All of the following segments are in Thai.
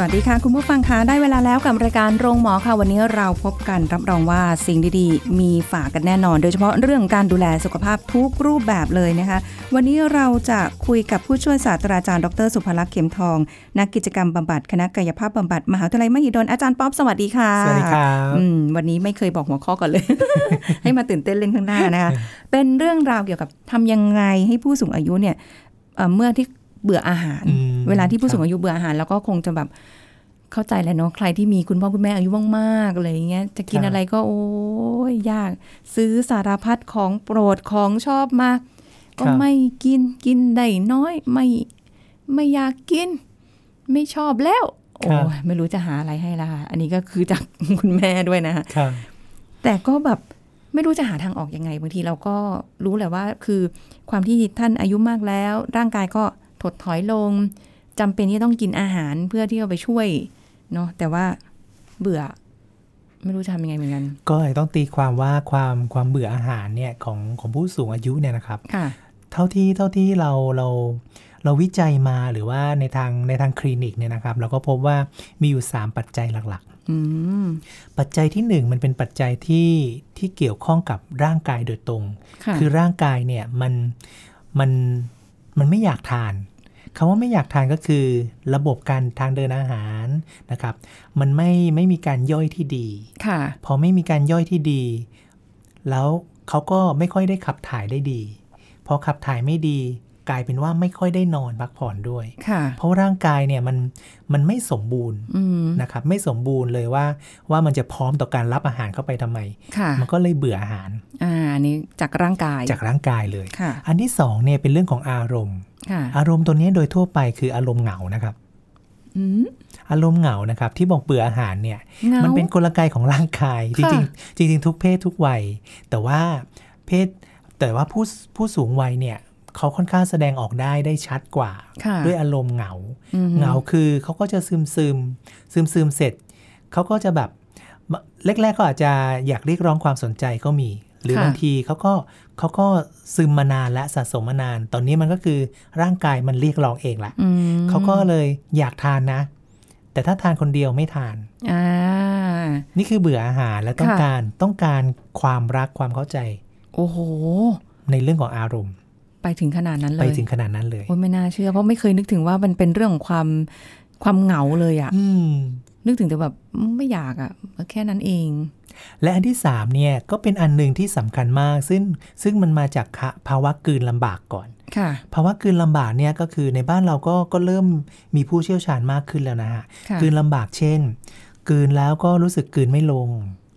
สวัสดีค่ะ คุณผู้ฟังคะได้เวลาแล้วกับรายการโรงหมอค่ะ วันนี้เราพบกันรับรองว่าสิ่งดีๆ มีฝากกันแน่นอน โดยเฉพาะเรื่องการดูแลสุขภาพทุกรูปแบบเลยนะคะ วันนี้เราจะคุยกับผู้ช่วยศาสตราจารย์ดรสุภลักษณ์เข็มทอง นักกิจกรรมบำบัดคณะกายภาพบำบัดมหาวิทยาลัยมหิดลอาจารย์ป๊อปสวัสดีค่ะ สวัสดีครับ อืมวันนี้ไม่เคยบอกหัวข้อก่อนเลย ให้มาตื่นเต้นเล่นข้างหน้านะคะ เป็นเรื่องราวเกี่ยวกับทำยังไงให้ผู้สูงอายุเนี่ยเอ่อเมื่อที่เบื่ออาหาร อืม เวลาที่ผู้สูง ครับ อายุเบื่ออาหารแล้วก็คงจะแบบเข้าใจแหละเนาะใครที่มีคุณพ่อคุณแม่อายุมากๆอะไรอย่างเงี้ยจะกิน ครับ อะไรก็โอ้ยยาก ซื้อสารพัดของโปรดของชอบมาก็ไม่กินกินได้น้อยไม่ไม่อยากกิน ไม่ชอบแล้ว โอ้ยไม่รู้จะหาอะไรให้ละค่ะอันนี้ก็คือจาก คุณแม่ด้วยนะคะ ครับ แต่ก็แบบไม่รู้จะหาทางออกยังไงบางทีเราก็รู้แหละว่าคือความที่ท่านอายุมากแล้ว ร่างกายก็ถดถอยลงจำเป็นที่จะต้องกินอาหารเพื่อที่จะไปช่วยเนาะแต่ว่าเบื่อ ไม่รู้จะทำยังไงเหมือนกัน ก็เลยต้องตีความว่าความความเบื่ออาหารเนี่ยของของผู้สูงอายุเนี่ยนะครับ ค่ะ เท่าที่เท่าที่เราเราเราวิจัยมาหรือว่าในทางในทางคลินิกเนี่ยนะครับ เราก็พบว่ามีอยู่ 3 ปัจจัยหลัก อืม ๆ ปัจจัยทีหนึ่1 มันเป็นปัจจัยที่ที่เกี่ยวข้องกับร่างกายโดยตรง ค่ะ คือร่างกายเนี่ยมันมันมันไม่อยากทานคำว่าไม่อยากทานก็คือระบบการทางเดินอาหารนะครับ มันไม่ไม่มีการย่อยที่ดี ค่ะ พอไม่มีการย่อยที่ดี แล้วเขาก็ไม่ค่อยได้ขับถ่ายได้ดี พอขับถ่ายไม่ดี กลายเป็นว่าไม่ค่อยได้นอนพักผ่อนด้วย ค่ะ เพราะร่างกายเนี่ยมันมันไม่สมบูรณ์ อืม นะครับ ไม่สมบูรณ์เลยว่าว่ามันจะพร้อมต่อการรับอาหารเข้าไปทำไม ค่ะ มันก็เลยเบื่ออาหาร อ่าอันนี้จากร่างกาย จากร่างกายเลย ค่ะ อันที่สองเนี่ยเป็นเรื่องของอารมณ์ ค่ะ อารมณ์ตัวนี้โดยทั่วไปคืออารมณ์เหงานะครับ อืม อารมณ์เหงานะครับที่บอกเบื่ออาหารเนี่ย เหงา มันเป็นกลไกของร่างกาย จ ค่ะ ริงๆจริงๆทุกเพศทุกวัย แต่ว่าเพศแต่ว่าผู้ผู้สูงวัยเนี่ยเขาค่อนข้างแสดงออกได้ได้ชัดกว่า ค่ะ ด้วยอารมณ์เหงา อืม เหงาคือเขาก็จะซึมซึมซึมซึมเสร็จเขาก็จะแบบแรกๆก็อาจจะอยากเรียกร้องความสนใจก็มี หรือบางทีเขาก็เขาก็ซึมมานานและสะสมมานาน ตอนนี้มันก็คือร่างกายมันเรียกร้องเองละ อืม เขาก็เลยอยากทานนะ แต่ถ้าทานคนเดียวไม่ทาน อ่า นี่คือเบื่ออาหารและต้อง ค่ะ การต้องการความรักความเข้าใจ โอ้โห ในเรื่องของอารมณ์ ไปถึงขนาดนั้นเลย ไปถึงขนาดนั้นเลย โอ้ยไม่น่าเชื่อเพราะไม่เคยนึกถึงว่ามันเป็นเรื่องของความความเหงาเลยอะ อืม นึกถึงแต่แบบไม่อยากอะแค่นั้นเอง และอันที่สามเนี่ยก็เป็นอันหนึ่งที่สำคัญมาก ซึ่งซึ่งมันมาจากคะภาวะกลืนลำบากก่อน ค่ะ ภาวะกลืนลำบากเนี่ยก็คือในบ้านเราก็ก็เริ่มมีผู้เชี่ยวชาญมากขึ้นแล้วนะฮะ ค่ะ กลืนลำบากเช่นกลืนแล้วก็รู้สึกกลืนไม่ลง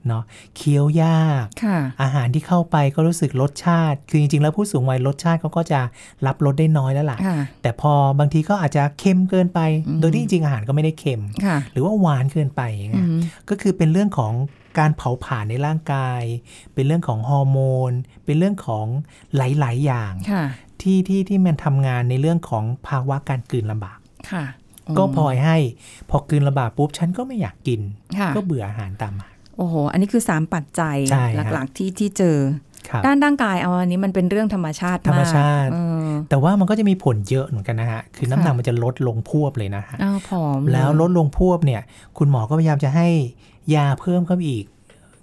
เนาะเคี้ยวยาก ค่ะ อาหารที่เข้าไปก็รู้สึกรสชาติ คือจริงๆแล้วผู้สูงวัยรสชาติเขาก็จะรับรสได้น้อยแล้วล่ะ ค่ะ แต่พอบางทีก็อาจจะเค็มเกินไป อืม โดยที่จริงๆอาหารก็ไม่ได้เค็ม ค่ะ หรือว่าหวานเกินไปอย่าง อื เงี้ย ม ก็คือเป็นเรื่องของการเผาผลาญในร่างกาย เป็นเรื่องของฮอร์โมน เป็นเรื่องของหลาย ๆ อย่าง ค่ะ ที่ที่ที่มันทำงานในเรื่องของภาวะการกลืนลำบาก ค่ะ ก็พลอยให้พอกลืนลำบากปุ๊บฉันก็ไม่อยากกิน ค่ะ ก็เบื่ออาหารตามมา โอ้โห อันนี้คือสามปัจจัย ใช่ฮะ หลักๆที่ที่เจอ ครับ ด้านร่างกายเอาอันนี้มันเป็นเรื่องธรรมชาติก ธรรมชาติ เออ แต่ว่ามันก็จะมีผลเยอะเหมือนกันนะฮะคือน้ำหนัก ค่ะ มันจะลดลงพรวบเลยนะฮะ อ้าวผอมเย แล้วลดลงพวบเนี่ย คุณหมอก็พยายามจะให้ยาเพิ่มเข้าไปอีก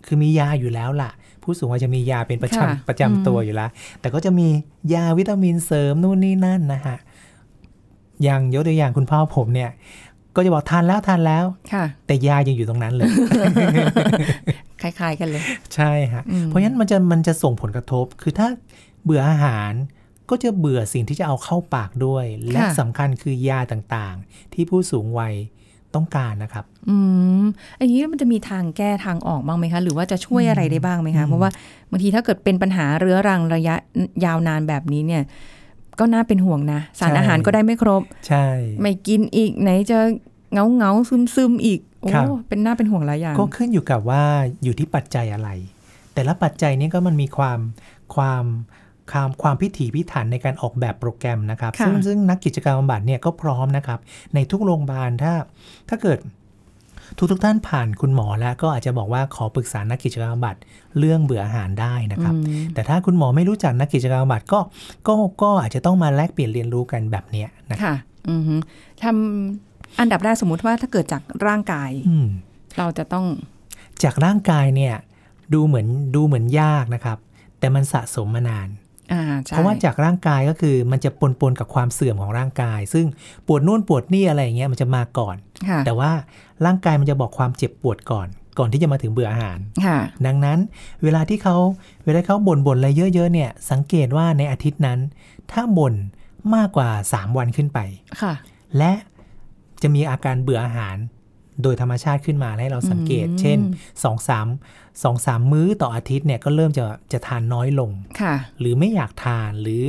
คือมียาอยู่แล้วล่ะ ผู้สูงวัยจะมียาเป็นประ ค่ะ จำประจำตัวอยู่แล้ว แต่ก็จะมียาวิตามินเสริมนู่นนี่นั่นนะฮะอย่างยกตัวอย่างคุณพ่อผมเนี่ย ก็จะบอกทานแล้วทานแล้ว ค่ะ แต่ยายังอยู่ตรงนั้นเลย คล้าย ๆ กันเลย ใช่ฮะ อืม เพราะฉะนั้นมันจะมันจะส่งผลกระทบ คือถ้าเบื่ออาหารก็จะเบื่อสิ่งที่จะเอาเข้าปากด้วย และสำคัญคือยาต่างๆ ที่ผู้สูงวัยต้องการนะครับ อืมอันนี้มันจะมีทางแก้ทางออกบ้างไหมคะ หรือว่าจะช่วยอะไรได้บ้างไหมคะ เพราะว่าบางทีถ้าเกิดเป็นปัญหาเรื้อรังระยะยาวนานแบบนี้เนี่ย ก็น่าเป็นห่วงนะ สาร ใช่ อาหารก็ได้ไม่ครบ ใช่ ไม่กินอีกไหนจะเงาเงาซึมซึมๆอีก โอ้ ครับ เป็นหน้าเป็นห่วงหลายอย่าง ก็ขึ้นอยู่กับว่าอยู่ที่ปัจจัยอะไร แต่ละปัจจัยนี้ก็มันมีความความความความพิถีพิถันในการออกแบบโปรแกรมนะครับ ค่ะ ซึ่งซึ่งนักกิจกรรมบำบัดเนี่ยก็พร้อมนะครับ ในทุกโรงพยาบาลถ้าถ้าเกิดทุกทุกๆท่านผ่านคุณหมอแล้วก็อาจจะบอกว่าขอปรึกษานักกิจกรรมบำบัดเรื่องเบื่ออาหารได้นะครับ อืม แต่ถ้าคุณหมอไม่รู้จักนักกิจกรรมบำบัดก็ก็ก็อาจจะต้องมาแลกเปลี่ยนเรียนรู้กันแบบเนี้ยนะครับ ค่ะ อือฮึทำอันดับแรกสมมุติว่าถ้าเกิดจากร่างกาย อืม เราจะต้อง จากร่างกายเนี่ยดูเหมือนดูเหมือนยากนะครับ แต่มันสะสมมานาน อ่าใช่ เพราะว่าจากร่างกายก็คือมันจะปนปนๆกับความเสื่อมของร่างกาย ซึ่งปวดนู่นปวดนี่อะไรอย่างเงี้ยมันจะมาก่อน ค่ะ แต่ว่าร่างกายมันจะบอกความเจ็บปวดก่อน ก่อนที่จะมาถึงเบื่ออาหาร ค่ะ ดังนั้นเวลาที่เขาเวลาเขาบ่นบ่นอะไรเยอะๆเนี่ยสังเกตว่าในอาทิตย์นั้น ถ้าบ่นมากกว่า 3 วันขึ้นไป ค่ะ และจะมีอาการเบื่ออาหารโดยธรรมชาติขึ้นมาให้เราสังเกต อืม เช่น2อสามสองสามมื้อต่ออาทิตย์เนี่ยก็เริ่มจะจะทานน้อยลง ค่ะ หรือไม่อยากทานหรือ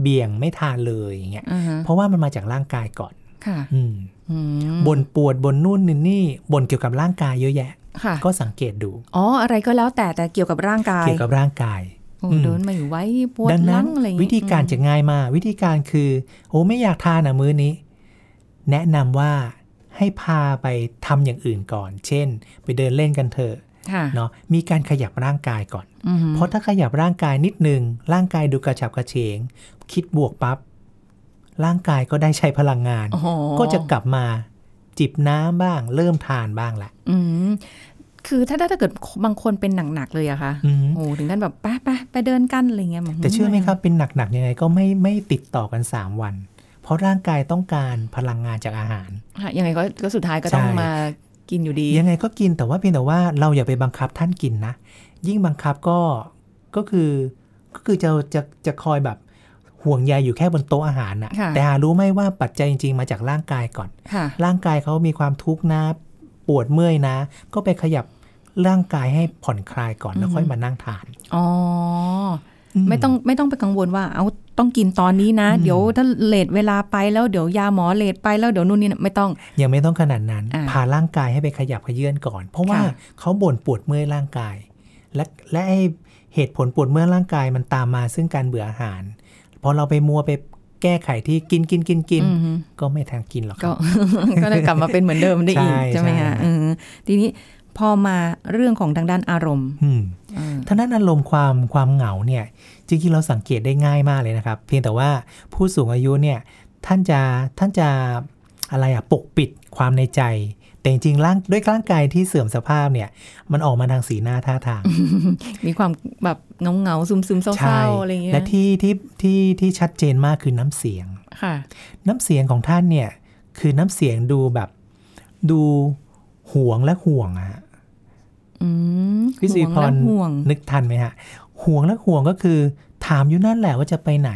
เบี่ยงไม่ทานเลยอย่างเงี้ย อ่าฮะ เพราะว่ามันมาจากร่างกายก่อน ค่ะ อืม อืม บ่นปวดบ่นนู่นนี่นี่บ่นเกี่ยวกับร่างกายเยอะแยะ ค่ะ ก็สังเกตดู อ๋อ อะไรก็แล้วแต่แต่เกี่ยวกับร่างกาย เกี่ยวกับร่างกาย โอ้ อืม เดินไม่ไหวปวด ดั หลั นั้น งอะไรอย่ง วิ งี้ ธีการจะง่ายมาก วิธีการคือ โอ้ไม่อยากทานอ่ะมื้อนี้ แนะนำว่าให้พาไปทำอย่างอื่นก่อน เช่น ไปเดินเล่นกันเถอะ ค่ะ เนาะมีการขยับร่างกายก่อน อือฮึ เพราะถ้าขยับร่างกายนิดนึง ร่างกายดูกระฉับกระเฉง คิดบวกปั๊บร่างกายก็ได้ใช้พลังงาน อ๋อ ก็จะกลับมาจิบน้ำบ้าง เริ่มทานบ้างละ อืมคือถ้าถ้าเกิดบางคนเป็นหนักๆเลยอะค่ะ อืม โอ้ถึงขั้นแบบไปไปไปเดินกันอะไรเงี้ย แต่เชื่อไหมครับเป็นหนักๆยังไงก็ไม่ไม่ติดต่อกันสามวัน เพราะร่างกายต้องการพลังงานจากอาหาร ค่ะยังไงก็ก็สุดท้ายก็ต้อง ใช่ มากินอยู่ดี ยังไงก็กินแต่ว่าเพียงแต่ว่าเราอย่าไปบังคับท่านกินนะ ยิ่งบังคับก็ก็คือก็คือจะจะจะคอยแบบห่วงใยอยู่แค่บนโต๊ะอาหารน่ะ ค่ะ แต่หารู้ไหมว่าปัจจัยจริง ๆ มาจากร่างกายก่อน ค่ะ ร่างกายเขามีความทุกข์นะ ปวดเมื่อยนะ ก็ไปขยับร่างกายให้ผ่อนคลายก่อนแล้วค่อยมานั่งทาน อ๋ออไม่ต้องไม่ต้องไปกังวลว่าเอาต้องกินตอนนี้นะ เดี๋ยวถ้าเลทเวลาไปแล้วเดี๋ยวยาหมอเลทไปแล้วเดี๋ยวนู่นนี่นะไม่ต้อง ยังไม่ต้องขนาดนั้น อ่า พาร่างกายให้ไปขยับขยื่นก่อน เพราะว่า ค่ะ เขาบ่นปวดเมื่อยร่างกาย และและไอ้เหตุผลปวดเมื่อยร่างกายมันตามมาซึ่งการเบื่ออาหารพอเราไปมัวไปแก้ไขที่กินกินกินกิน อือฮึ ก็ไม่ทางกินหรอกค ก็ รับ ก็เลยกลับมาเป็นเหมือนเดิมได้อีก ใช่ ใช่ไหม ใช่ คะเออทีนี้พอมาเรื่องของทางด้านอารมณ์ อืม เออ ทางด้านอารมณ์ความความเหงาเนี่ยจริงๆเราสังเกตได้ง่ายมากเลยนะครับ เพียงแต่ว่าผู้สูงอายุเนี่ยท่านจะท่านจะอะไรอะปกปิดความในใจ แต่จริงๆร่างด้วยร่างกายที่เสื่อมสภาพเนี่ยมันออกมาทางสีหน้าท่าทาง มีความแบบเงาเงาๆซึมซึมๆเศ ใช่ ร้าๆอะไรอย่างเงี้ย และที่ที่ที่ที่ชัดเจนมากคือน้ำเสียง ค่ะ น้ำเสียงของท่านเนี่ยคือน้ำเสียงดูแบบดูห่วงและห่วงอะฮะ อืม พี่สิริพ ห่วง ร และห่วง นึกทันไหมฮะห่วงและห่วงก็คือ ถามอยู่นั่นแหละว่าจะไปไหน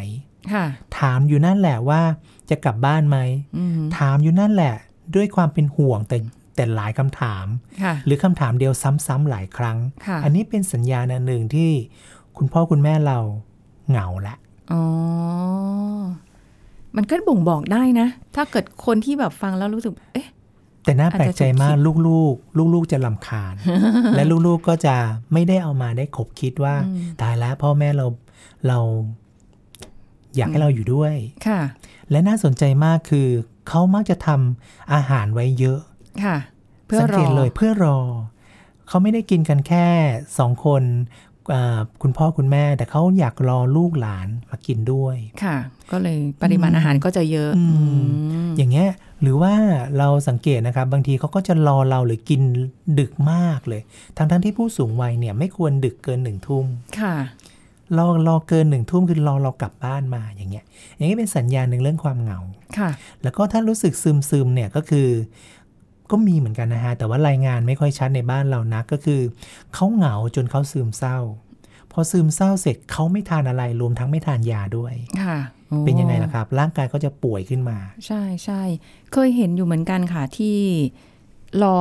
ค่ะ ถามอยู่นั่นแหละว่าจะกลับบ้านไหม อืม ถามอยู่นั่นแหละ ด้วยความเป็นห่วงแต่แต่หลายคำถาม ค่ะ หรือคำถามเดียวซ้ำๆหลายครั้ง ค่ะ อันนี้เป็นสัญญาณอันหนึ่งที่คุณพ่อคุณแม่เราเหงาละ อ๋อ มันก็บ่งบอกได้นะ ถ้าเกิดคนที่แบบฟังแล้วรู้สึก เอ๊ะ แต่น่าแปลกใจมากลูกๆ ลูกๆจะลำ คาญ และลูกๆก็จะไม่ได้เอามาได้ขบคิดว่า อืม ตายแล้วพ่อแม่เราเรา อยากให้เราอยู่ด้วย ค่ะ และน่าสนใจมากคือเขามักจะทำอาหารไว้เยอะ ค่ะ เพื่อ สัง ร เก อ ตเลยเพื่อรอ เขาไม่ได้กินกันแค่สองคนอ่าคุณพ่อคุณแม่ แต่เขาอยากรอลูกหลานมากินด้วย ค่ะ ก็เลยปริมาณอาหารก็จะเยอะ อืม อืม อย่างเงี้ยหรือว่าเราสังเกตนะครับ บางทีเขาก็จะรอเราหรือกินดึกมากเลย ทั้งทั้งๆที่ผู้สูงวัยเนี่ยไม่ควรดึกเกินหนึ่งทุ่ม ค่ะ รอรอเกินหนึ่งทุ่มคือรอเรากลับบ้านมาอย่างเงี้ย อย่างเงี้ยเป็นสัญญาณหนึ่งเรื่องความเหงา ค่ะ แล้วก็ถ้ารู้สึกซึมซึมๆเนี่ยก็คือ ก็มีเหมือนกันนะฮะ แต่ว่ารายงานไม่ค่อยชัดในบ้านเรานะก็คือเขาเหงาจนเขาซึมเศร้า พอซึมเศร้าเสร็จเขาไม่ทานอะไรรวมทั้งไม่ทานยาด้วย ค่ะโอ้ เป็นยังไงล่ะครับ ร่างกายก็จะป่วยขึ้นมา ใช่ใช่เคยเห็นอยู่เหมือนกันค่ะที่รอ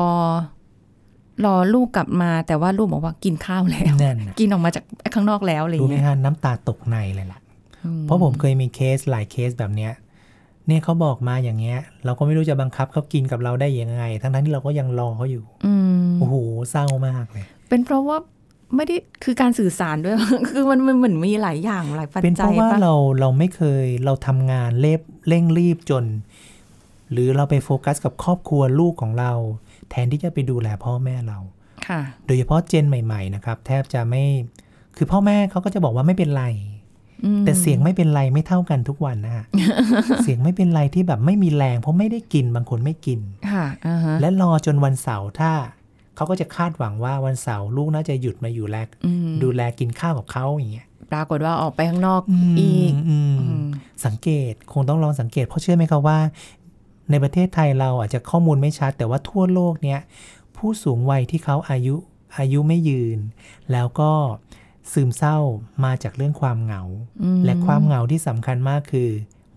รอลูกกลับมา แต่ว่าลูกบอกว่ากินข้าวแล้ว นั่นน่ะ กินออกมาจากข้างนอกแล้วอะไรอ รู้ ย่าง ไหม เงี้ย ฮะน้ำตาตกในเลยล่ะ อื เพราะผมเคยมีเคสหลายเคสแบบเนี้ยเนี่ยเขาบอกมาอย่างเงี้ย เราก็ไม่รู้จะบังคับเขากินกับเราได้ยังไง ทั้งๆที่เราก็ยังรอเขาอยู่ อืม โอ้โหเศร้ามากเลย เป็นเพราะว่าไม่ได้คือการสื่อสารด้วย คือมันมันเหมือนมีหลายอย่างหลายปัจ เป็นเพ จัย ราะว่า ปะ เราเราไม่เคยเราทำงานเล็บเร่งรีบจน หรือเราไปโฟกัสกับครอบครัวลูกของเรา แทนที่จะไปดูแลพ่อแม่เรา ค่ะ โดยเฉพาะเจนใหม่ ๆ นะครับ แทบจะไม่คือพ่อแม่เขาก็จะบอกว่าไม่เป็นไร อืม แต่เสียงไม่เป็นไรไม่เท่ากันทุกวันนะฮะ เสียงไม่เป็นไรที่แบบไม่มีแรง เพราะไม่ได้กินบางคนไม่กิน ค่ะอ่าฮะ และรอจนวันเสาร์ถ้าเขาก็จะคาดหวังว่าวันเสาร์ลูกน่าจะหยุดมาอยู่แล อืม ดูแลกินข้าวกับเขาอย่างเงี้ย ปรากฏว่าออกไปข้างนอกอีก อืม อืม สังเกตคงต้องลองสังเกต เพราะเชื่อไหมครับว่า ในประเทศไทยเราอาจจะข้อมูลไม่ชัด แต่ว่าทั่วโลกเนี้ยผู้สูงวัยที่เขาอายุอายุไม่ยืน แล้วก็ซึมเศร้ามาจากเรื่องความเหงา อืม และความเหงาที่สำคัญมากคือ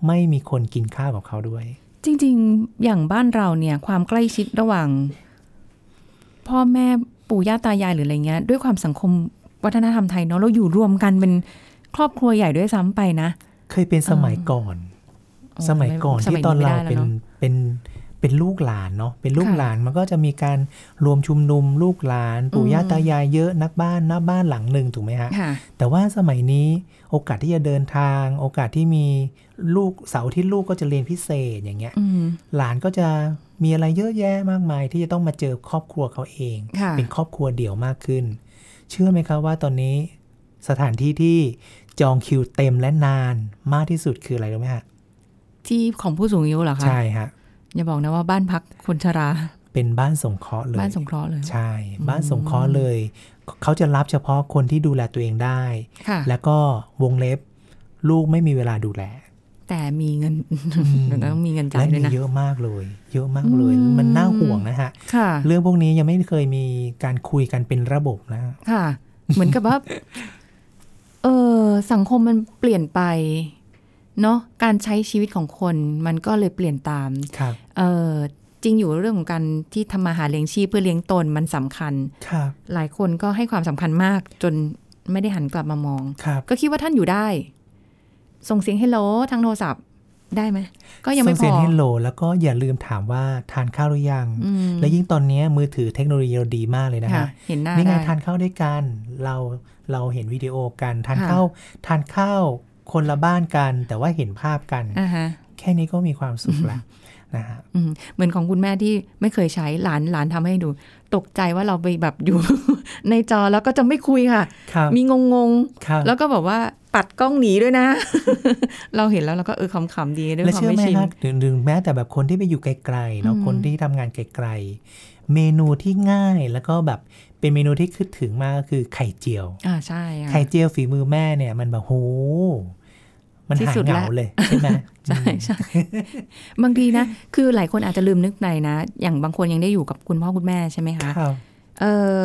ไม่มีคนกินข้าวกับเขาด้วย จริง ๆ อย่างบ้านเราเนี่ย ความใกล้ชิดระหว่าง พ่อแม่ปู่ย่าตายายหรืออะไรเงี้ย ด้วยความสังคมวัฒนธรรมไทยเนาะเราอยู่รวมกันเป็นครอบครัวใหญ่ด้วยซ้ำไปนะ เคยเป็นสมัยก่อน โอ้ สมัยก่อน สมัย ที่ตอน นี้ไม่ เรา ได้แล้ว เป็น เนอะ เป็นเป็นลูกหลานเนาะเป็นลูก ค่ะ หลานมันก็จะมีการรวมชุมนุมลูกหลาน ปู่ อืม ย่าตายายเยอะนักบ้านหน้าบ้านหลังหนึ่งถูกไหมฮะ ค่ะ แต่ว่าสมัยนี้โอกาสที่จะเดินทาง โอกาสที่มีลูกเสาร์อาที่ลูกก็จะเรียนพิเศษอย่างเงี้ย อืม หลานก็จะมีอะไรเยอะแยะมากมาย ที่จะต้องมาเจอครอบครัวเขาเอง ค่ะ เป็นครอบครัวเดี่ยวมากขึ้น เชื่อไหมครับว่าตอนนี้สถานที่ที่จองคิวเต็มและนานมากที่สุดคืออะไรรู้ไหมฮะ ที่ของผู้สูงอายุเหรอคะ ใช่ฮะ อย่าบอกนะว่าบ้านพักคนชรา เป็นบ้านสงเคราะห์เลย บ้านสงเคราะห์เลย ใช่ บ้านสงเคราะห์เลย เขาจะรับเฉพาะคนที่ดูแลตัวเองได้ ค่ะ แล้วก็วงเล็บลูกไม่มีเวลาดูแล แต่มีเงิน ม ต้องมีเงินจ่า และ ยด้ว มี ยนะ เยอะมากเลย เยอะมากเลย อืม มันน่าห่วงนะฮะ ค่ะ เรื่องพวกนี้ยังไม่เคยมีการคุยกันเป็นระบบนะฮะ ค่ะ เหมือนกับว่า เออสังคมมันเปลี่ยนไป เนาะการใช้ชีวิตของคนมันก็เลยเปลี่ยนตาม ครับ เออจริงอยู่เรื่องของการที่ทำมาหาเลี้ยงชีพเพื่อเลี้ยงตนมันสำคัญ ครับ หลายคนก็ให้ความสำคัญมาก จนไม่ได้หันกลับมามอง ครับ ก็คิดว่าท่านอยู่ได้ ส่งเสียงเฮลโลทางโทรศัพท์ได้ไหมก็ยังไม่พส่เสีย อ งให้โหลแล้วก็อย่าลืมถามว่าทานข้าวหรือยัง อืม และยิ่งตอนนี้มือถือเทคโนโลยีเราดีมากเลยนะ ค่ะ ฮะ เห็นหน้า นี่ไง ได้ ทานข้าวด้วยกัน เราเราเห็นวิดีโอกัน ทาน ค่ะ ข้าวทานข้าวคนละบ้านกัน แต่ว่าเห็นภาพกัน อ่าฮะ แค่นี้ก็มีความสุขละนะฮะ อืมเหมือนของคุณแม่ที่ไม่เคยใช้หลานหลานทำให้ดู ตกใจว่าเราไปแบบอยู่ ในจอแล้วก็จะไม่คุยค่ะ ครับ มีงงง ครับ ๆ แล้วก็บอกว่าปัดกล้องหนีด้วยนะ เราเห็นแล้วเราก็เออขำๆดีด้วย และ ความ เชื่อ ไม่ ไหม ชิน ฮะถึงถึงแม้แต่แบบคนที่ไปอยู่ไกลๆเนาะ อืม คนที่ทำงานไกลๆเมนูที่ง่ายแล้วก็แบบเป็นเมนูที่คิดถึงมากก็คือไข่เจียว อ่าใช่ค่ะ ไข่เจียวฝีมือแม่เนี่ย มันแบบโหมัน ที่ หาย สุด เห ละ งาเลยใช่ไหม ใช่ใช่ บางทีนะ คือหลายคนอาจจะลืมนึกในนะ อย่างบางคนยังได้อยู่กับคุณพ่อคุณแม่ใช่ไหม อืม คะ ครับ เอ่อ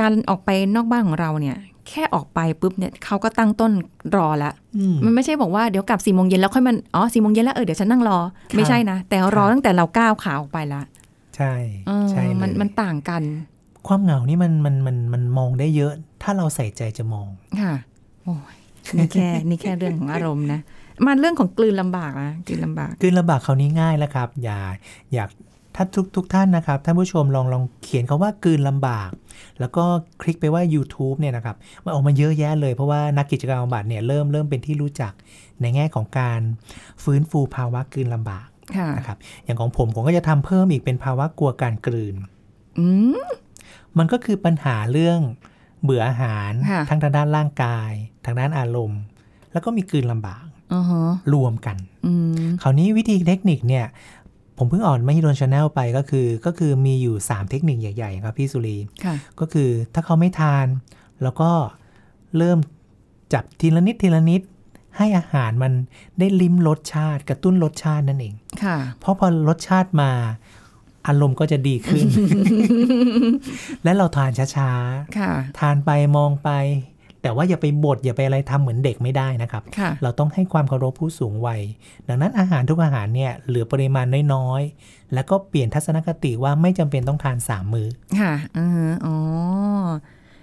การออกไปนอกบ้านของเราเนี่ย แค่ออกไปปุ๊บเนี่ยเขาก็ตั้งต้นรอละ อืม มันไม่ใช่บอกว่าเดี๋ยวกลับสี่โมงเย็นแล้วค่อยมันอ๋อสี่โมงเย็นแล้วเออเดี๋ยวฉันนั่งรอ ครับ ไม่ใช่นะ แต่รอ ครับ ตั้งแต่เราก้าวขาออกไปละ ใช่ เออ ใช่เลย มันมันต่างกัน ความเหงานี่มันมันมันมันมองได้เยอะ ถ้าเราใส่ใจจะมอง ค่ะโอ้ยนี่แค่ นี่แค่เรื่องของอารมณ์นะมันเรื่องของกลืนลำบากนะกลืนลำบาก คืนลำบากคราวนี้ง่ายแล้วครับ อย่าอยากถ้าทุกทุกท่านนะครับท่านผู้ชมลองลองเขียนคาว่ากืนลำบาก แล้วก็คลิกไปว่า YouTube เนี่ยนะครับมันออกมาเยอะแยะเลยเพราะว่านักกิจกรรมบำบัดเนี่ยเริ่มเริ่มเป็นที่รู้จักในแง่ของการฟื้นฟูภาวะกืนลำบาก ค่ะ นะครับอย่างของผมผมก็จะทำเพิ่มอีกเป็นภาวะกลัวการกลืน อืม มันก็คือปัญหาเรื่องเบื่ออาหาร ค่ะ ทั้งทางด้านร่างกาย ทางด้านอารมณ์ แล้วก็มีกลืนลำบาก อ๋อฮะ รวมกัน อืม คราวนี้วิธีเทคนิคเนี่ย ผมเพิ่งอ่อนไม่โดนชาแนลไปก็คือ ก็คือมีอยู่ 3 เทคนิคใหญ่ๆ ครับพี่สุรี ค่ะ ก็คือถ้าเขาไม่ทาน แล้วก็เริ่มจับทีละนิดทีละนิด ให้อาหารมันได้ลิ้มรสชาติ กระตุ้นรสชาตินั่นเอง ค่ะ เพราะพอรสชาติมา อารมณ์ก็จะดีขึ้น และเราทานช้า ค่ะ ๆ ทานไปมองไป แต่ว่าอย่าไปบดอย่าไปอะไรทำเหมือนเด็กไม่ได้นะครับ ค่ะ เราต้องให้ความเคารพผู้สูงวัย ดังนั้นอาหารทุกอาหารเนี่ยเหลือปริมาณน้อยๆ แล้วก็เปลี่ยนทัศนคติว่าไม่จำเป็นต้องทานสามมือ้อ ค่ะอือฮะอ๋อ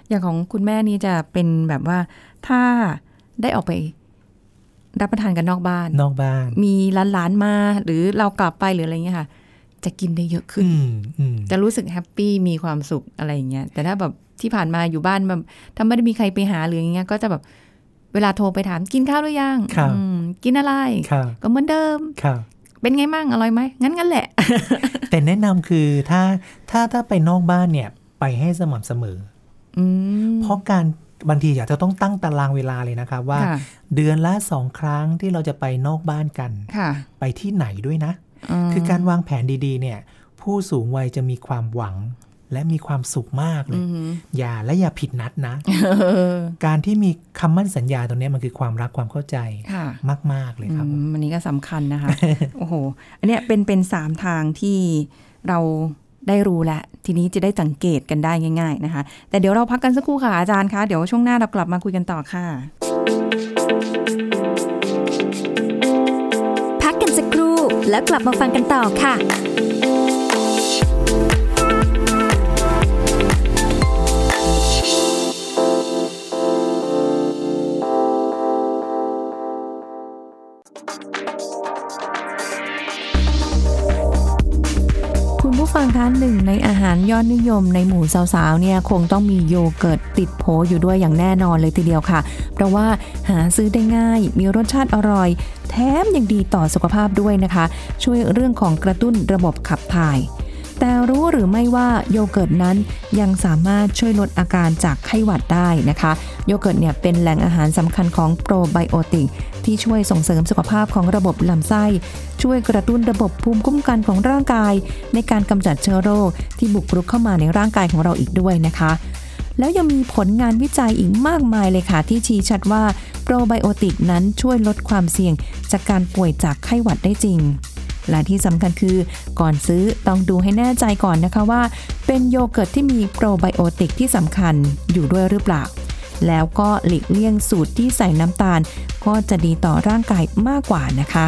อย่างของคุณแม่นี่จะเป็นแบบว่า ถ้าได้ออกไป รับประทานกันนอกบ้าน นอกบ้าน มีหลานๆมาหรือเรากลับไปหรืออะไรเงี้ยค่ะ จะกินได้เยอะขึ้น อืมอืม จะรู้สึกแฮปปี้มีความสุขอะไรอย่างเงี้ยแต่ถ้าแบบที่ผ่านมาอยู่บ้านแบบถ้าไม่ได้มีใครไปหาหรืออย่างเงี้ยก็จะแบบเวลาโทรไปถามกินข้าวหรือยังอืมกินอะไร ครับ ก็เหมือนเดิม ครับ เป็นไงมั่งอร่อยไหมงั้นงั้นแหละ แต่แนะนำคือถ้าถ้าถ้าไปนอกบ้านเนี่ยไปให้สม่ำเสมอ อืม เพราะการบางทีอาจจะต้องตั้งตารางเวลาเลยนะครับว่า ค่ะ เดือนละสองครั้งที่เราจะไปนอกบ้านกัน ค่ะ ไปที่ไหนด้วยนะ ม คือการวางแผนดีๆ เนี่ย ผู้สูงวัยจะมีความหวัง และมีความสุขมากเล อื ย ม อย่าและอย่าผิดนัด นะ เออ การที่มีคำมั่นสัญญาตรงเนี้ยมันคือความรักความเข้าใจ ค่ะ มาก ๆ เลยครับ อืมอันนี้ก็สำคัญนะคะ โอ้โห อันเนี้ยเป็นเป็นสามทางที่เราได้รู้แล้วทีนี้จะได้สังเกตกันได้ง่าย ๆนะคะ แต่เดี๋ยวเราพักกันสักครู่ค่ะอาจารย์คะ เดี๋ยวช่วงหน้าเรากลับมาคุยกันต่อค่พักะกันสักครู่แล้วกลับมาฟังกันต่อค่ะ คุณผู้ฟังคะหนึ่งในอาหารยอดนิยมในหมู่สาวๆเนี่ยคงต้องมีโยเกิร์ตติดโผอยู่ด้วยอย่างแน่นอนเลยทีเดียวค่ะ เพราะว่าหาซื้อได้ง่าย มีรสชาติอร่อย แถมยังดีต่อสุขภาพด้วยนะคะ ช่วยเรื่องของกระตุ้นระบบขับถ่าย แต่รู้หรือไม่ว่าโยเกิร์ตนั้นยังสามารถช่วยลดอาการจากไข้หวัดได้นะคะ โยเกิร์ตเนี่ยเป็นแหล่งอาหารสำคัญของโปรไบโอติกที่ช่วยส่งเสริมสุขภาพของระบบลำไส้ ช่วยกระตุ้นระบบภูมิคุ้มกันของร่างกาย ในการกำจัดเชื้อโรคที่บุกรุกเข้ามาในร่างกายของเราอีกด้วยนะคะ แล้วยังมีผลงานวิจัยอีกมากมายเลยค่ะ ที่ชี้ชัดว่าโปรไบโอติกนั้นช่วยลดความเสี่ยง จากการป่วยจากไข้หวัดได้จริง และที่สำคัญคือก่อนซื้อต้องดูให้แน่ใจก่อนนะคะว่า เป็นโยเกิร์ตที่มีโปรไบโอติกที่สำคัญอยู่ด้วยหรือเปล่า แล้วก็หลีกเลี่ยงสูตรที่ใส่น้ำตาล ก็จะดีต่อร่างกายมากกว่านะคะ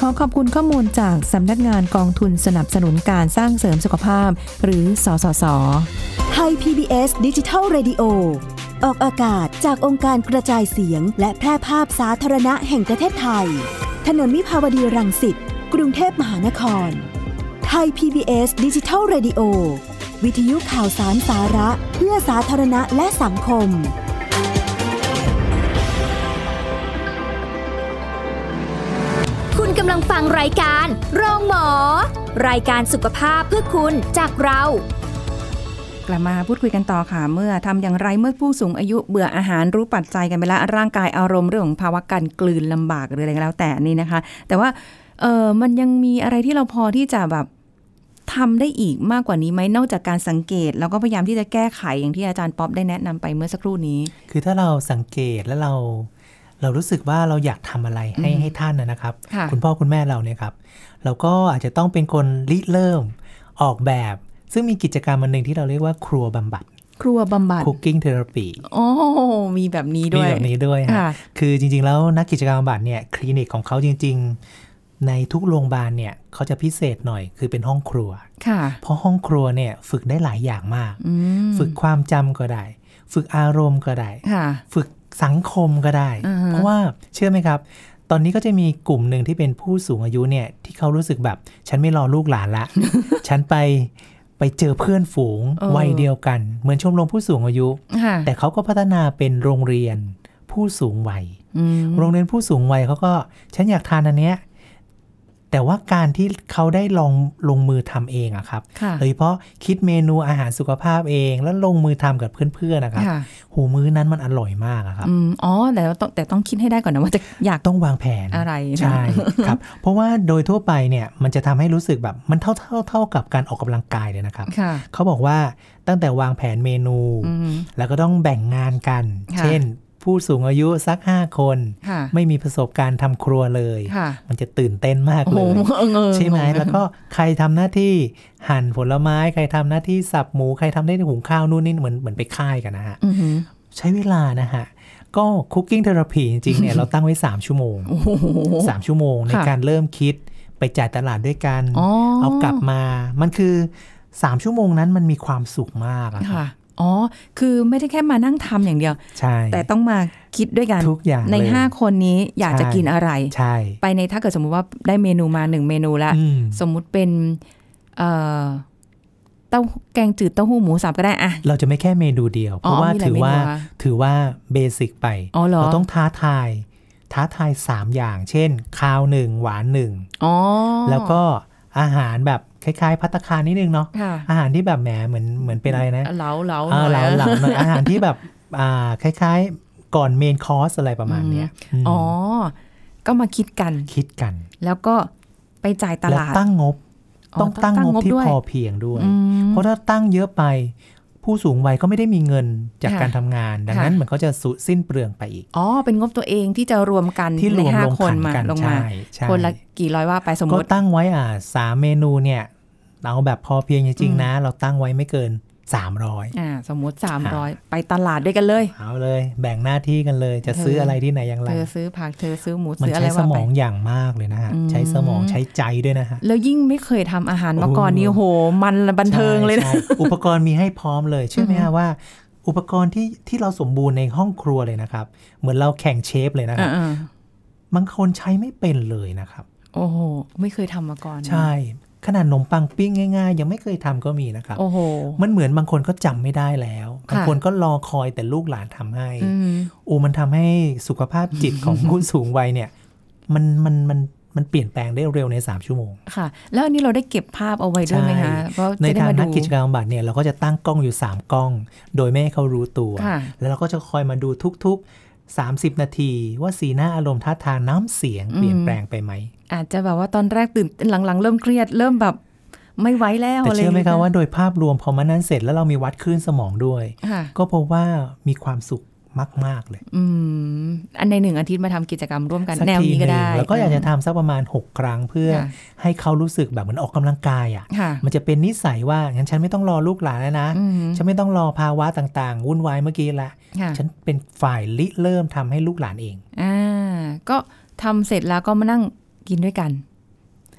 ขอขอบคุณข้อมูลจากสำนักงานกองทุนสนับสนุนการสร้างเสริมสุขภาพ หรือสสส ไทย PBS ดิจิทัล Radio ออกอากาศจากองค์การกระจายเสียง และแพร่ภาพสาธารณะแห่งประเทศไทย ถนนมิภาวดีรังสิต กรุงเทพมหานคร ไทย PBS ดิจิทัล Radio วิทยุข่าวสารสาระเพื่อสาธารณะและสังคม คุณกำลังฟังรายการโรงหมอ รายการสุขภาพเพื่อคุณจากเรา กลับมาพูดคุยกันต่อค่ะ เมื่อทำอย่างไรเมื่อผู้สูงอายุเบื่ออาหารรู้ปัจจัยกันไปแล้วร่างกายอารมณ์เรื่องของภาวะการกลืนลำบากหรืออะไรก็แล้วแต่นี่นะคะ แต่ว่าเออมันยังมีอะไรที่เราพอที่จะแบบทำได้อีกมากกว่านี้ไหมนอกจากการสังเกต แล้วก็พยายามที่จะแก้ไขอย่างที่อาจารย์ป๊อปได้แนะนำไปเมื่อสักครู่นี้ คือถ้าเราสังเกตและเรา เรารู้สึกว่าเราอยากทำอะไรให้ อืม ให้ท่านนะนะครับ ค่ะ คุณพ่อคุณแม่เราเนี่ยครับ เราก็อาจจะต้องเป็นคนริเริ่มออกแบบ ซึ่งมีกิจกรรมอันหนึ่งที่เราเรียกว่าครัวบำบัด ครัวบำบัด cooking therapy โอ้มีแบบนี้ด้ มี วย แบบนี้ด้วยฮะ ค่ะ คือจริง ๆ แล้วนักกิจกรรมบำบัดเนี่ยคลินิกของเขาจริง ๆ ในทุกโรงพยาบาลเนี่ยเขาจะพิเศษหน่อยคือเป็นห้องครัว ค่ะ เพราะห้องครัวเนี่ยฝึกได้หลายอย่างมาก อืม ฝึกความจำก็ได้ ฝึกอารมณ์ก็ได้ ค่ะ ฝึกสังคมก็ได้ อ่าฮะ เพราะว่าเชื่อไหมครับ ตอนนี้ก็จะมีกลุ่มหนึ่งที่เป็นผู้สูงอายุเนี่ยที่เขารู้สึกแบบ ฉันไม่รอลูกหลานละ ฉันไปไปเจอเพื่อนฝูงวัยเดียวกัน เหมือนชมรมผู้สูงอายุ ค่ะ แต่เขาก็พัฒนาเป็นโรงเรียนผู้สูงวัย อืม โรงเรียนผู้สูงวัยเขาก็ฉันอยากทานอันเนี้ยแต่ว่าการที่เขาได้ลองลงมือทำเองอะครับ ค่ะ โดยเฉพาะคิดเมนูอาหารสุขภาพเองแล้วลงมือทำกับเพื่อนๆนะครับ ค่ะ หูมื้อนั้นมันอร่อยมากอะครับ อืมอ๋อแต่ว่าต้องแต่ต้องคิดให้ได้ก่อนนะว่าจะอยาก ต้องวางแผน อะไรนะ ใช่ ครับ เพราะว่าโดยทั่วไปเนี่ยมันจะทำให้รู้สึกแบบมันเท่าเท่าเท่ากับการออกกำลังกายเลยนะครับ ค่ะ เขาบอกว่าตั้งแต่วางแผนเมนู อืม แล้วก็ต้องแบ่งงานกัน ค่ะ เช่น ผู้สูงอายุสัก 5 คน ค่ะ ไม่มีประสบการณ์ทำครัวเลย ค่ะ มันจะตื่นเต้นมาก โอ้โห เลย เออเออ ใช่ไหมแล้วก็ใครทำหน้าที่หั่นผลไม้ใครทำหน้าที่สับหมูใครทำได้หุงข้าวนู่นนี่เหมือนเหมือนไปค่ายกันนะฮะ อือหือ ใช้เวลานะฮะ ก็คุกกิ้งเทอราพีจริง ๆเนี่ย เราตั้งไว้ 3 ชั่วโมง โอ้โห 3 ชั่วโมง ใน ค่ะ การเริ่มคิดไปจ่ายตลาดด้วยกัน อ๋อ เอากลับมามันคือ 3 ชั่วโมงนั้นมันมีความสุขมากอะครับ ค่ะ อ๋อ คือไม่ได้แค่มานั่งทำอย่างเดียว ใช่ แต่ต้องมาคิดด้วยกัน ทุกอย่าง ใน เลย 5 คนนี้อยากจะ ใช่ กินอะไร ใช่ ไปในถ้าเกิดสมมุติว่าได้เมนูมาหนึ่งเมนูละ อืม สมมุติเป็นเอ่อเต้าแกงจืดเต้าหู้หมูสับก็ได้อะ เราจะไม่แค่เมนูเดียว เพ อ๋อ ราะว่า มีหลย ถือ เมนู ว่า อะ ถือว่าเบสิกไป อ๋อเหรอ เราต้องท้าทาย ท้าทาย 3 อย่าง เช่น คาวหนึ่งหวานหนึ่ง อ๋อ แล้วก็อาหารแบบคล้ายๆ พัตตาคารนิดนึงเนาะ ค่ะ อาหารที่แบบแหมเหมือนเหมือนเป็นอะไรนะ เหลาเหลา อ่า ห เห น่ ลา อยอะ เหลาหน่อยอาหารที่แบบอ่าคล้ายๆ ก่อนเมนคอร์สอะไรประมาณเนี้ยม อ๋อ ก็มาคิดกัน คิดกัน แล้วก็ไปจ่ายต แล้ว ลาด ตั้งงบ ต้องตั้งงบที่ ด้วย พอเพียงด้วย อืม เพราะถ้าตั้งเยอะไป ผู้สูงวัยก็ไม่ได้มีเงินจาก ค่ะ การทำงาน ดังนั้น ค่ะ มันก็จะสูญสิ้นเปลืองไปอีก อ๋อ เป็นงบตัวเองที่จะรวมกัน ที่ร ใน วม ห้า ลง คน ขัน มา กัน ลงมา ใช่ใช่ คนละกี่ร้อยว่าไปสมม ก็ ติ ตั้งไว้อ่ะสามเมนูเนี่ยเอาแบบพอเพียงจริง อืม ๆนะ เราตั้งไว้ไม่เกิน 300 อ่า สมมติ 300 ไปตลาดด้วยกันเลย เอาเลย แบ่งหน้าที่กันเลยจะซื้ออะไรที่ไหนอย่างไร เธอซื้อผักเธอซื้อหมู มัน ซื้ออะไร ใช้ส ว่ามไป องอย่างมากเลยนะฮะ อืม ใช้สมองใช้ใจด้วยนะฮะ แล้วยิ่งไม่เคยทำอาหารมา โอ้ ก่อนนี่โห มันบันเทิงเลยนะ ใช่ใช่อุปกรณ์มีให้พร้อมเลยเชื่อไหมฮะว่า อุปกรณ์ที่ที่เราสมบูรณ์ในห้องครัวเลยนะครับ เหมือนเราแข่งเชฟเลยนะครับ อ่า บางคนใช้ไม่เป็นเลยนะครับ ๆโอ้โห ไม่เคยทำมาก่อนนะ ใช่ขนาดขนมปังปิ้งง่ายๆ ยังไม่เคยทำก็มีนะครับ โอ้โห มันเหมือนบางคนก็จำไม่ได้แล้ว ค่ะ บางคนก็รอคอยแต่ลูกหลานทำให้ อืม โอ้มันทำให้สุขภาพจิตของ ผู้สูงวัยเนี่ยมันมันมันมันเปลี่ยนแปลงได้เร็วใน 3 ชั่วโมง ค่ะ แล้วอันนี้เราได้เก็บภาพเอาไว้ด้วยไหม ใช่ คะเพราะ ใน จะได้ ทาง มา นั ดู กกิจกรรมบำบัดเนี่ยเราก็จะตั้งกล้องอยู่ 3 กล้อง โดยไม่ให้เขารู้ตัว ค่ะ แล้วเราก็จะคอยมาดูทุกๆ 30 นาที ว่าสีหน้าอารมณ์ท่าทางน้ำเสียงเปลี่ยนแปลงไปไหม อาจจะแบบว่าตอนแรกตื่นเต้นหลังๆ เริ่มเครียดเริ่มแบบไม่ไหวแล้ว แต่ อะไร เชื่อไหมย่คะงงี้ย ว่าโดยภาพรวมพอมันนั้นเสร็จแล้วเรามีวัดคลื่นสมองด้วย ค่ะ ก็พบว่ามีความสุขมาก ๆ เลย อืม อันในหนึ่งอาทิตย์มาทำกิจกรรมร่วมกัน สัก แนวนี้ทีก็หนึ่ง ได้ แล้วก็อยากจะทำสักประมาณ 6 ครั้งเพื่อ ค่ะ ให้เขารู้สึกแบบเหมือนออกกำลังกายอ่ะ ค่ะ มันจะเป็นนิสัยว่างั้นฉันไม่ต้องรอลูกหลานแล้วนะ อืม ฉันไม่ต้องรอภาวะต่างๆ วุ่นวายเมื่อกี้ละ ค่ะ ฉันเป็นฝ่ายริเริ่มทำให้ลูกหลานเอง อ่าก็ทำเสร็จแล้วก็มานั่งกินด้วยกัน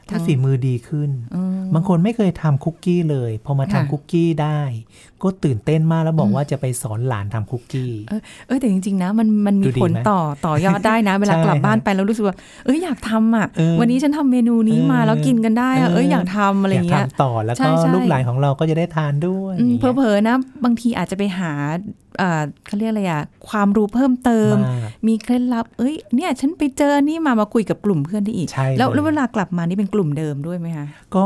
ทั้ ถ้าง ฝีมือดีขึ้น อืม บางคนไม่เคยทำคุกกี้เลย พอมาทำ ค่ะ คุกกี้ได้ ก็ตื่นเต้นมากแล้วบอกว่าจะไปสอนหลานทำคุกกี้ เออเออแต่จริงๆนะมันมันมี ดูดี ผล ไหม ต่อต่อยอดได้นะ เวลา ใช่ กลับบ้านไปแล้วรู้สึกว่าเอ้ยอยากทำอ่ะ เออ วันนี้ฉันทำเมนูนี้มา เออ แล้วกินกันได้อ่ะเอ้ย เออ อ อ ยากทำอะไรอยอาย่ากงเงี้ย ทำต่อแล้ว ใช่ ก็ ใช่ ลูกหลานของเราก็จะได้ทานด้วย อืม ย่าง เผ งี้ย ลอๆนะ บางทีอาจจะไปหาเอ่อเขาเรียกอะไรอ่ะความรู้เพิ่มเติม าก มีเคล็ดลับ เอ้ย เนี่ย ฉันไปเจอนี่มามาคุยกับกลุ่มเพื่อนได้อีก ใช่ แล้วแล้ว เย เวลากลับมานี่เป็นกลุ่มเดิมด้วยไหมคะ ก็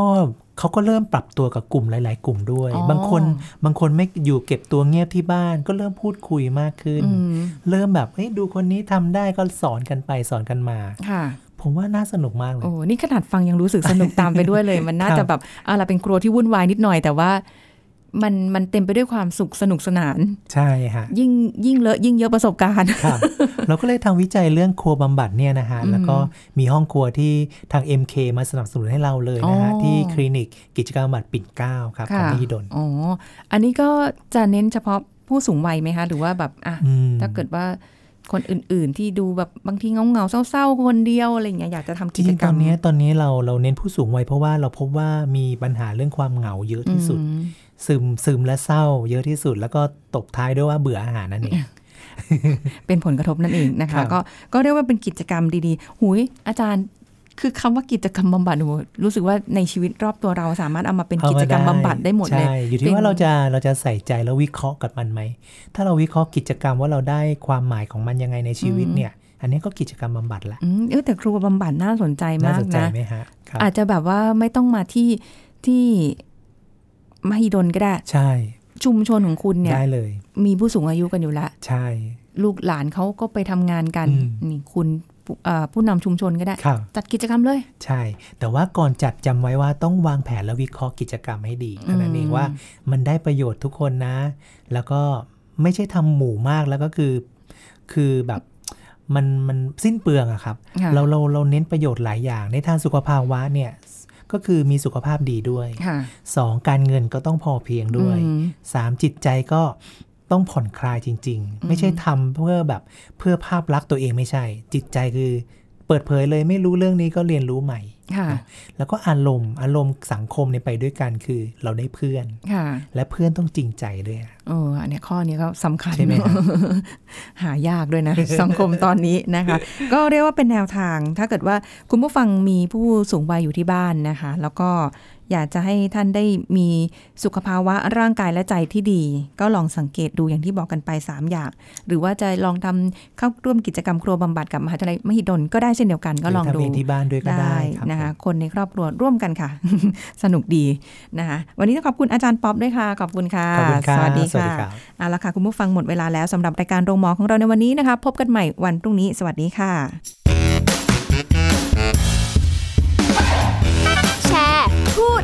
เขาก็เริ่มปรับตัวกับกลุ่มหลาย ๆ กลุ่มด้วย อ๋อ บางคนบางคนไม่อยู่เก็บตัวเงียบที่บ้าน ก็เริ่มพูดคุยมากขึ้น อืม เริ่มแบบเฮ้ยดูคนนี้ทำได้ก็สอนกันไปสอนกันมา ค่ะ ผมว่าน่าสนุกมากเลย โอ้นี่ขนาดฟังยังรู้สึกสนุกตามไปด้วยเลย มันน่า ครับ จะแบบเอาละเป็นครัวที่วุ่นวายนิดหน่อย แต่ว่า มันมันเต็มไปด้วยความสุขสนุกสนาน ใช่ฮะ ยิ่งยิ่งเลอะยิ่งเยอะประสบการณ์ ครับ เราก็เลยทำวิจัยเรื่องครัวบำบัดเนี่ยนะฮะ อืม แล้วก็มีห้องครัวที่ทาง MK มาสนับสนุนให้เราเลยนะฮะ อ๋อ ที่คลินิกกิจกรรมบำบัดปิ่นเกล้าครับของมหิดล อ๋ออันนี้ก็จะเน้นเฉพาะผู้สูงวัยไหมคะ หรือว่าแบบอ่ะ อืม ถ้าเกิดว่าคนอื่น ๆ ที่ดูแบบบางทีเงาเงาๆเศร้าๆคนเดียวอะไรอย่างเงี้ยอยากจะทำ จ กิจ ริง ก ๆ ร ต ร อ ม นเนี้ยตอนนี้เราเราเน้นผู้สูงวัยเพราะว่าเราพบว่ามีปัญหาเรื่องความเหงาเยอะที่สุด อืม ซึมซึมและเศร้า เยอะที่สุด แล้วก็ตบท้ายด้วยว่าเบื่ออาหารนั่นเอง เป็นผลกระทบนั่นเองนะ ครั คะ บ ก็ก็เรียกว่าเป็นกิจกรรมดีๆ หุยอาจารย์คือคำว่ากิจกรรมบำบัดโอ้โหรู้สึกว่าในชีวิตรอบตัวเราสามารถเอามาเป็นกิจกรรมบำบัดได้หมดเลย ใช่อยู่ที่ เป็ ว่าน เราจะเราจะใส่ใจแล้ววิเคราะห์กับมันไหม ถ้าเราวิเคราะห์กิจกรรมว่าเราได้ความหมายของมันยังไงในชีวิตเนี่ย อันนี้ก็กิจกรรมบำบัดละ อืมเออแต่ครัวบำบัดน่าสนใจ น่าม าก สนใจ นะ ไหมฮะครับ อาจจะแบบว่าไม่ต้องมาที่ที่มหิดลก็ได้ ใช่ ชุมชนของคุณเนี่ย ได้เลย มีผู้สูงอายุกันอยู่ละ ใช่ ลูกหลานเขาก็ไปทำงานกัน อืม นี่คุณผู้เอ่อผู้นำชุมชนก็ได้ ครับ จัดกิจกรรมเลย ใช่ แต่ว่าก่อนจัดจำไว้ว่าต้องวางแผนและวิเคราะห์กิจกรรมให้ดี อืม เท่านั้นเองว่ามันได้ประโยชน์ทุกคนนะ แล้วก็ไม่ใช่ทำหมู่มากแล้วก็คือ คือแบบมันมันสิ้นเปลืองอะครับ ค่ะ เราเราเราเน้นประโยชน์หลายอย่าง ในทางสุขภาวะเนี่ย ก็คือมีสุขภาพดีด้วย ค่ะ สองการเงินก็ต้องพอเพียงด้วย อืม สามจิตใจก็ต้องผ่อนคลายจริง ๆ ไม่ใช่ทำเพื่อแบบเพื่อภาพลักษณ์ตัวเองไม่ใช่ จิตใจคือ เปิดเผยเลยไม่รู้เรื่องนี้ก็เรียนรู้ใหม่ ค่ะ แล้วก็อารมณ์ อารมณ์สังคมเนี่ยไปด้วยกันคือเราได้เพื่อน ค่ะ และเพื่อนต้องจริงใจด้วยอะ โอ้อันเนี้ยข้อนี้ก็สำคัญ ใช่ไหมครับ หายากด้วยนะ สังคมตอนนี้นะคะ ก็เรียกว่าเป็นแนวทาง ถ้าเกิดว่าคุณผู้ฟังมีผู้สูงวัยอยู่ที่บ้านนะคะ แล้วก็อยากจะให้ท่านได้มีสุขภาวะร่างกายและใจที่ดี ก็ลองสังเกตดูอย่างที่บอกกันไป 3 อย่าง หรือว่าจะลองทำเข้าร่วมกิจกรรมครัวบำบัดกับมหาวิทยาลัยมหิดลก็ได้เช่นเดียวกันก็ลอง หรืดูทำเองที่บ้านด้วยก็ได้ครับ นะคะ ผม คนในครอบครัวร่วมกันค่ะ สนุกดีนะคะวันนี้ต้องขอบคุณอาจารย์ป๊อปด้วยค่ะ ขอบคุณค่ะ ขอบคุณครับ สวัสดีค่ะ รับ เอาละค่ะ คุณผู้ฟังหมดเวลาแล้วสำหรับรายการโรงหมอของเราในวันนี้นะคะ พบกันใหม่วันพรุ่งนี้ สวัสดีค่ะ แชร์ พูด